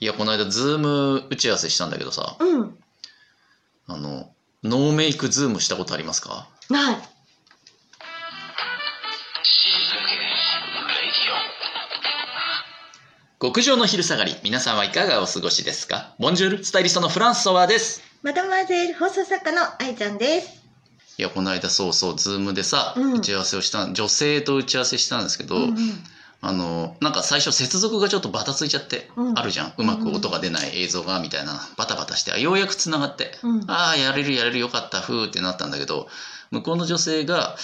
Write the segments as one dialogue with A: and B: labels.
A: いやこの間ズーム打ち合わせしたんだけどさ
B: うん。
A: あのノーメイクズームしたことありますか
B: ない。
A: 極上の昼下がり皆さんはいかがお過ごしですかボンジュールスタイリストのフランスソワーです
B: マダマゼル放送作家の愛ちゃんです。
A: いやこの間そうそうズームでさ、
B: うん
A: 打ち合わせをした女性と打ち合わせしたんですけど、
B: んん
A: あのなんか最初接続がちょっとバタついちゃって、
B: うん
A: あるじゃんうまく音が出ない映像がみたいなバタバタしてあようやく繋がって、
B: うん
A: ああやれるやれるよかったふーってなったんだけど向こうの女性が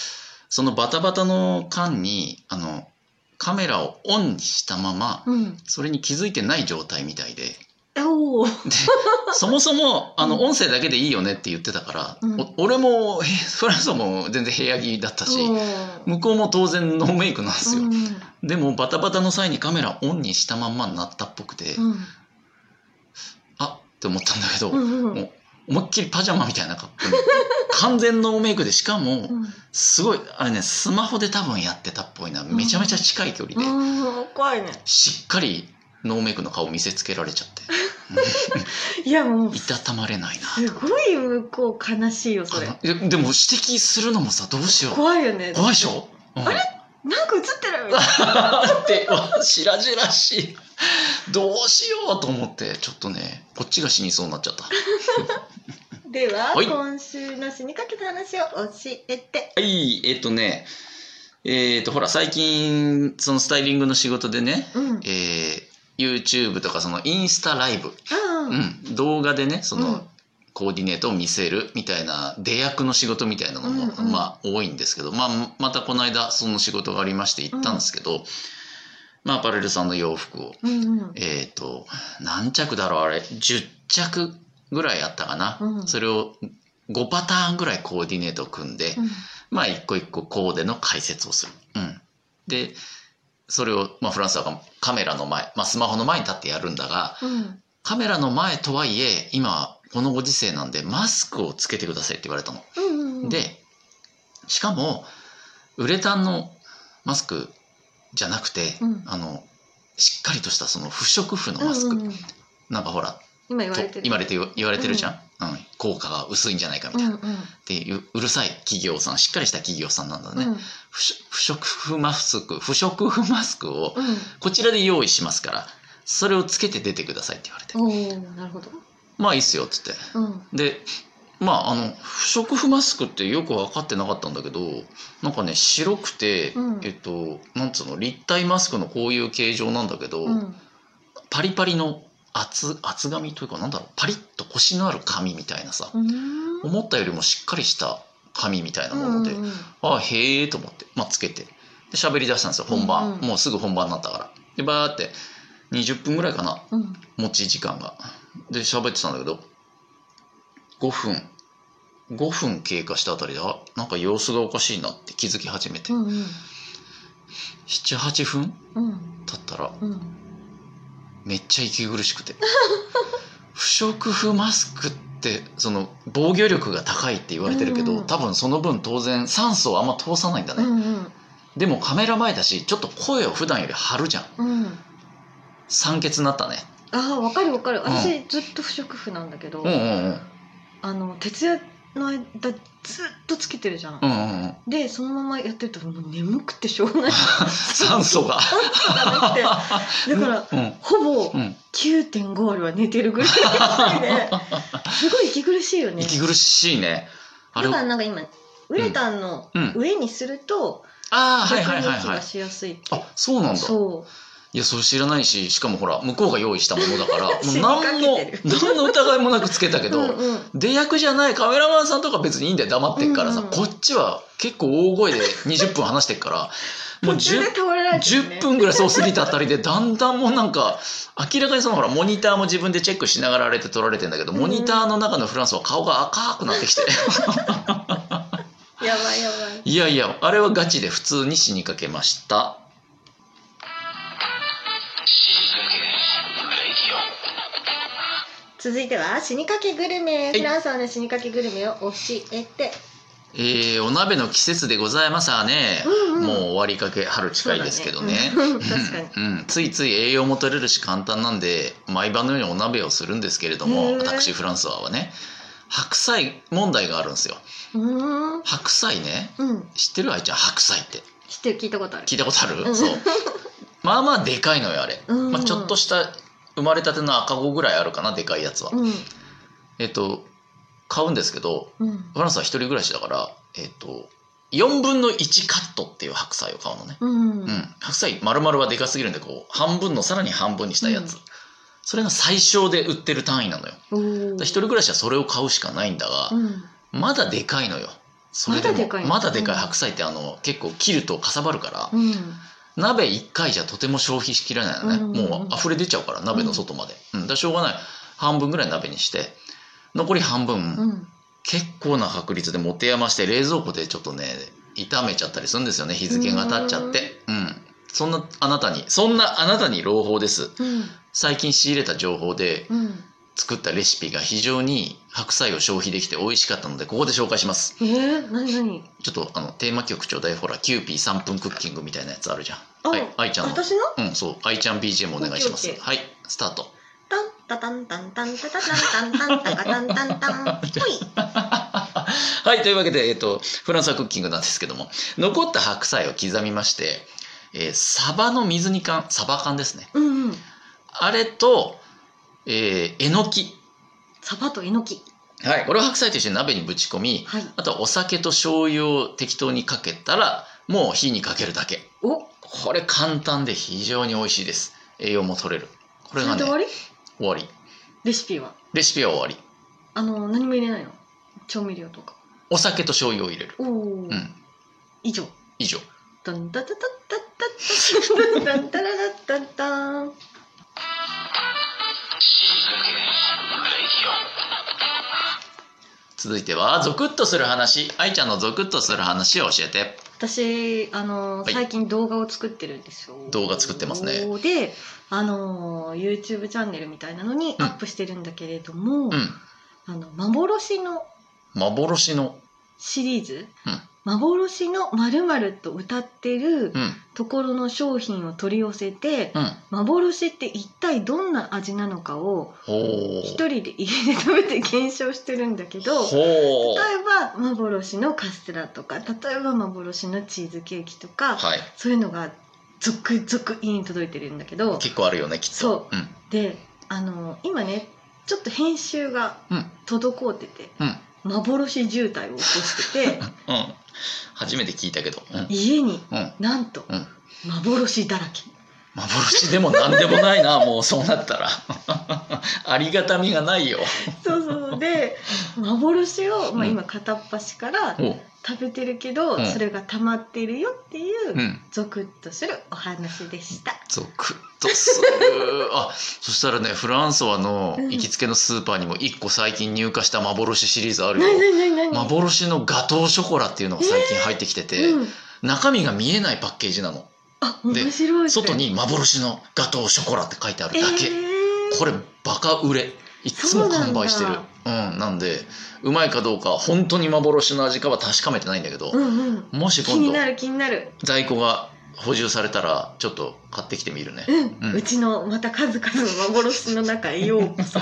A: そのバタバタの間にあのカメラをオンにしたまま
B: うん。
A: それに気づいてない状態みたいで
B: おお。
A: そもそもあの
B: うん
A: 音声だけでいいよねって言ってたから、
B: うん
A: お俺も へフランスも全然部屋着だったし、
B: う
A: 向こうも当然ノーメイクなんですよ、
B: ん。
A: でもバタバタの際にカメラオンにしたまんまになったっぽくて、
B: うん。
A: あって思ったんだけど、
B: うん。うん
A: もう思いっきりパジャマみたいな格好で完全ノーメイクでしかも、
B: うん。
A: すごいあれねスマホで多分やってたっぽいなめちゃめちゃ近い距離で、
B: うん。怖いね。
A: しっかりノーメイクの顔見せつけられちゃって
B: いやもう
A: い。たたまれないな
B: すごい向こう悲しいよ それ。
A: あのえでも指摘するのもさどうしよう
B: 怖いよね。
A: 怖いでしょ、うん
B: あれなんか映ってるみたいな。
A: ってわしらじらしいどうしようと思ってちょっとねこっちが死にそうになっちゃった
B: では、
A: はい
B: 今週の死にかけた話を教えて。
A: はい、えっとね、えっと、ほら、最近、そのスタイリングの仕事でね、
B: うん。
A: えー、YouTube とか、そのインスタライブ、
B: あ
A: う
B: あ。
A: ん、動画でね、その、
B: うん
A: コーディネートを見せるみたいな出役の仕事みたいなのも、
B: うんうん
A: まあ多いんですけど、まあ、またこの間その仕事がありまして行ったんですけど、まあアパレルさんの洋服を
B: うんうん。
A: えっ、と何着だろうあれ10着ぐらいあったかな、
B: うん
A: それを5パターンぐらいコーディネートを組んで、
B: うん
A: まあ、一個一個コーデの解説をする。うん、で、それを、まあ、フランスはカメラの前、まあ、スマホの前に立ってやるんだが、
B: うん。
A: カメラの前とはいえ、今、このご時世なんで、マスクをつけてくださいって言われたの。
B: うんうんうん。
A: で、しかも、ウレタンのマスクじゃなくて、
B: うん
A: あの、しっかりとしたその不織布の
B: うんうんうん、
A: マスク。なんかほら、
B: 今言わ
A: と
B: れてる。
A: 言われてる言われてるじゃん、うん効果が薄いんじゃないかみた
B: う
A: い
B: ん
A: な。
B: う
A: っ
B: ん。
A: ていう、うるさい企業さん、しっかりした企業さんなんだね。
B: うん
A: 不織不織布マスク不織布マスクを
B: うん。
A: こちらで用意しますからそれをつけて出てくださいって言われて
B: おおなるほど。
A: 「まあいいっすよ」っつって
B: うん。
A: でまああの不織布マスクってよく分かってなかったんだけどなんかね白くて、
B: うん
A: えっとなんつうの立体マスクのこういう形状なんだけど、
B: うん。
A: パリパリの厚厚紙というかなんだろうパリッとコシのある紙みたいなさ、
B: うん。
A: 思ったよりもしっかりした紙みたいなもので、
B: うんうん
A: ああへえと思って、まあ、つけてで喋り出したんですよ本番、
B: うんうん
A: もうすぐ本番になったからでバーって20分ぐらいかな
B: うんうん
A: 持ち時間がで喋ってたんだけど5分5分経過したあたりであなんか様子がおかしいなって気づき始めて、
B: うん
A: 78分
B: うん
A: 経ったら
B: うん
A: めっちゃ息苦しくて 不織布マスクってその防御力が高いって言われてるけど、
B: うんうん
A: 多分その分当然酸素をあんま通さないんだね、
B: うん
A: でもカメラ前だしちょっと声を普段より張るじゃん
B: うん
A: 酸欠になったね
B: ああわかるわかる私ずっと不織布なんだけど、
A: うんうん
B: あの徹夜の間ずっとつけてるじゃん、
A: うんうんうんうん
B: でそのままやってるともう眠くてしょうがない
A: 酸素が
B: だってだから
A: うん
B: ほぼ
A: うん
B: 9.5割は寝てるぐらいの勢いですごい息苦しいよね
A: 息苦しいねあれ
B: だ
A: あ
B: からなんか今ウレタンの
A: うんうん
B: 上にすると
A: あー
B: 逆
A: はいはい
B: に
A: はい
B: 息
A: はい
B: がしやすいって、
A: あそうなんだ
B: そう
A: いやそれ知らないししかもほら向こうが用意したものだから もう
B: 死にか
A: 何
B: け
A: も
B: てる
A: 何の疑いもなくつけたけど、
B: うんうん
A: 出役じゃないカメラマンさんとか別にいいんだよ黙ってっからさ、
B: うんうん
A: こっちは結構大声で20分話してっから もう
B: 途
A: 10
B: 中で倒れられてるね
A: 10分ぐらいそう過ぎたあたりでだんだんもうなんか明らかにそのほらモニターも自分でチェックしながらあれって撮られてんだけどモニターの中のフランスは顔が赤くなってきて
B: やばいやばい
A: いやいやあれはガチで普通に死にかけました
B: 続いては死にかけグルメ
A: い
B: フランスの死にかけグルメを教えて
A: えーお鍋の季節でございますわね、
B: うんうん
A: もう終わりかけ春近いですけどね
B: そうだねうん確かに
A: うんうんついつい栄養も取れるし簡単なんで毎晩のようにお鍋をするんですけれど
B: へ
A: も
B: ー
A: 私フランスワはね白菜問題があるんですよ
B: うーん
A: 白菜ね
B: うん
A: 知ってる愛ちゃん白菜って
B: 知ってる聞いたことある
A: 聞いたことある、
B: うん
A: そうまあまあでかいのよあれ、
B: うん
A: まあ、ちょっとした生まれたての赤子ぐらいあるかなでかいやつは、
B: うん
A: えっと買うんですけど
B: うん
A: フランスは一人暮らしだからえっと4分の1カットっていう白菜を買うのね、
B: うん
A: うん、白菜丸々はでかすぎるんでこう半分のさらに半分にしたやつ、それが最小で売ってる単位なのよ
B: おー
A: だから一人暮らしはそれを買うしかないんだが、
B: うん
A: まだでかいのよそれでも
B: まだでかいの
A: まだでかい白菜ってあの結構切るとかさばるから、
B: うん
A: 鍋1回じゃとても消費しきれないのね、
B: うんうんうん
A: もう溢れ出ちゃうから鍋の外まで、うんだからしょうがない半分ぐらい鍋にして残り半分、
B: うん
A: 結構な確率で持て余して冷蔵庫でちょっとね炒めちゃったりするんですよね日付が経っちゃってうん、そんなあなたにそんなあなたに朗報です
B: うん
A: 最近仕入れた情報で
B: うん
A: 作ったレシピが非常に白菜を消費できて美味しかったのでここで紹介します
B: えー、何何
A: ちょっとあのテーマ曲ちょうだいほらキユーピー3分クッキングみたいなやつあるじゃん
B: あ
A: はい愛ちゃんの
B: 私の
A: うん、そう、愛ちゃん BGM お願いします
B: オッケーオッケ。ー
A: はい、スタート。
B: タンタタンタンタンタタタンタンタンタタンタンタンほい
A: はい、というわけで、えっと、フランスはクッキングなんですけども、残った白菜を刻みまして、えーサバの水煮缶、サバ缶ですね。
B: うんうん
A: あれと、えーえのき。
B: サバとえのき
A: はい、これを白菜と一緒に鍋にぶち込み、
B: はい
A: あとはお酒と醤油を適当にかけたら、もう火にかけるだけ。
B: お
A: これ簡単で非常に美味しいです。栄養も取れる。これ
B: そ
A: が
B: れで
A: ね、
B: 終わり
A: 終わり。
B: レシピは
A: レシピは終わり。
B: あの何も入れないの調味料とか
A: お酒と醤油を入れる。
B: おお、
A: うん、
B: 以上
A: 以上。
B: ダンダダダダダダダンダラダダンダン
A: 続いてはゾクッとする話愛ちゃんのゾクッとする話を教えて
B: 私あの、
A: はい
B: 最近動画を作ってるんですよ
A: 動画作ってますね
B: であの YouTube チャンネルみたいなのに
A: うん
B: アップしてるんだけれど
A: う
B: も、
A: ん
B: あの幻の
A: 幻の
B: シリーズ、
A: うん
B: 幻の〇〇と歌って
A: う
B: る
A: ん
B: ところの商品を取り寄せて
A: うん
B: 幻って一体どんな味なのかを
A: ほ
B: 一人で家で食べて検証してるんだけ
A: う
B: ど例え
A: ほう
B: ば幻のカステラとか例えば幻のチーズケーキとか
A: はい
B: そういうのが続々家に届いてるんだけど
A: 結構あるよねきっと
B: そ
A: う
B: う
A: ん
B: であの今ねちょっと編集が
A: うん
B: 滞ってて、
A: うん
B: 幻渋滞を起こして て
A: うん初めて聞いたけどうん
B: 家に
A: うん
B: なんと
A: うん
B: 幻だらけ
A: 幻でも何でもないな もうそうなったらありがたみがないよ
B: そうそうそうで幻を、まあ、
A: うん
B: 今片っ端から
A: おう
B: 食べてるけど、
A: うん
B: それが溜まってるよってい
A: う
B: う、
A: ん
B: ゾクッとするお話でした。
A: ゾクッとするあそしたらねフランソワの行きつけのスーパーにも1個最近入荷した幻シリーズあるよ
B: 何何何何？
A: 幻のガトーショコラっていうのが最近入ってきてて、
B: うん、
A: 中身が見えないパッケージなの
B: あ
A: で
B: 面白いね。
A: 外に幻のガトーショコラって書いてあるだけ、
B: えー
A: これバカ売れいつも完売してるうんなんでうまいかどうか本当に幻の味かは確かめてないんだけど、
B: うんうん。
A: もし
B: 気
A: 今
B: に
A: 度
B: なる気になる。
A: 在庫が補充されたらちょっと買ってきてみるね、
B: うん、
A: う
B: うんちのまた数々の幻の中へようこ そ。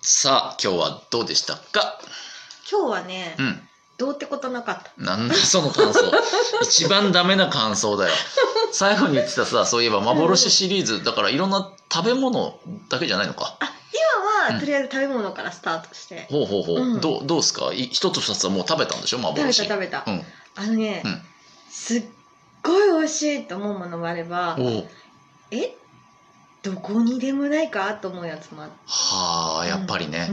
A: さあ今日はどうでしたか
B: 今日はね、
A: うん
B: どうってことなかった。
A: なんだその 感想一番ダメな感想だよ最後に言ってたさそういえば幻シリーズだからいろんな食べ物だけじゃないのか
B: 今は、
A: うん
B: とりあえず食べ物からスタートして。
A: ほうほうほう、
B: うん
A: どうどうすかい一つ二つはもう食べたんでしょ
B: 食べた
A: 幻
B: 食べた。
A: うん
B: あのね、
A: うん
B: すっごい美味しいと思うものもあれば、
A: おう
B: えどこにでもないかと思うやつもあって。
A: はあやっぱりね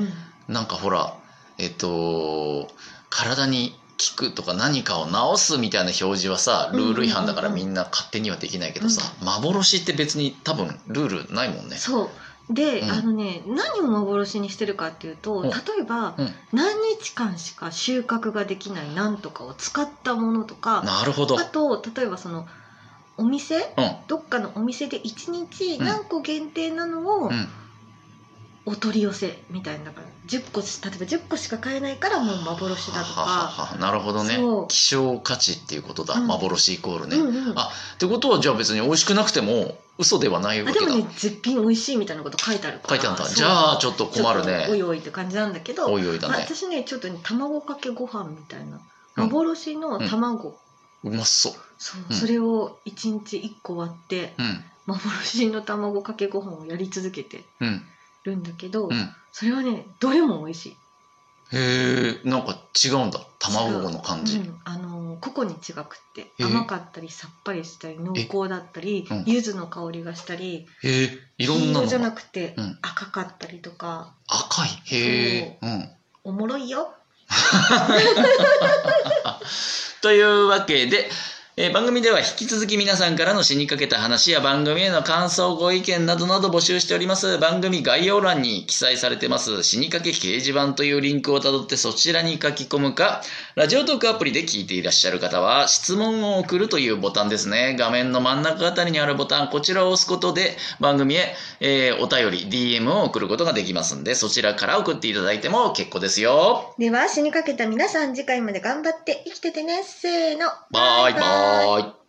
B: う、ん
A: なんかほらえっと体に効くとか何かを治すみたいな表示はさルール違反だから
B: うんうんうん
A: みんな勝手にはできないけどさ、幻って別に多分ルールないもんね
B: そうで、
A: うん
B: あのね何を幻にしてるかっていうと
A: うん
B: 例えば、
A: うん
B: 何日間しか収穫ができないなんとかを使ったものとか
A: なるほど
B: あと例えばそのお店
A: うん
B: どっかのお店で一日
A: うん
B: 何個限定なのを
A: うん
B: お取り寄せみたいなだから10個し例えば10個しか買えないからもう幻だと
A: はは
B: か。
A: ははなるほどね
B: そう
A: 希少価値っていうことだ、
B: うん
A: 幻イコールね、
B: う
A: っ
B: んうん、
A: あてことはじゃあ別に美味しくなくても嘘ではないわ
B: あ
A: け
B: で
A: だ、
B: もね絶品美味しいみたいなこと書いてあるか
A: 書
B: ら
A: いてあるんだ
B: そう
A: じゃあちょっと困る
B: ちょっとお
A: ね
B: いおいって感じなんだけど
A: おいおいだ
B: まあ
A: ね、
B: 私ねちょっとね卵かけご飯みたいな
A: うん
B: 幻の卵、
A: うまそう
B: そう
A: うん
B: それを1日1個割って
A: うん
B: 幻の卵かけご飯をやり続けて
A: うん
B: るんだけど、
A: うん
B: それはねどれも美味しい、
A: へえんか違うんだ卵の感じ、
B: うんあのー個々に違くって
A: え
B: 甘かったりさっぱりしたり濃厚だったり、
A: うん
B: 柚子の香りがしたり
A: へえいろんな
B: 黄色
A: の
B: じゃな
A: が
B: くて、
A: うん
B: 赤かったりとか
A: 赤いへえうん
B: おもろいよ
A: というわけで、えー番組では引き続き皆さんからの死にかけた話や番組への感想ご意見などなど募集しております番組概要欄に記載されてます死にかけ掲示板というリンクをたどってそちらに書き込むかラジオトークアプリで聞いていらっしゃる方は質問を送るというボタンですね画面の真ん中あたりにあるボタンこちらを押すことで番組へ、えーお便り DM を送ることができますんでそちらから送っていただいても結構ですよ
B: では死にかけた皆さん次回まで頑張って生きててねせーの
A: バイバイ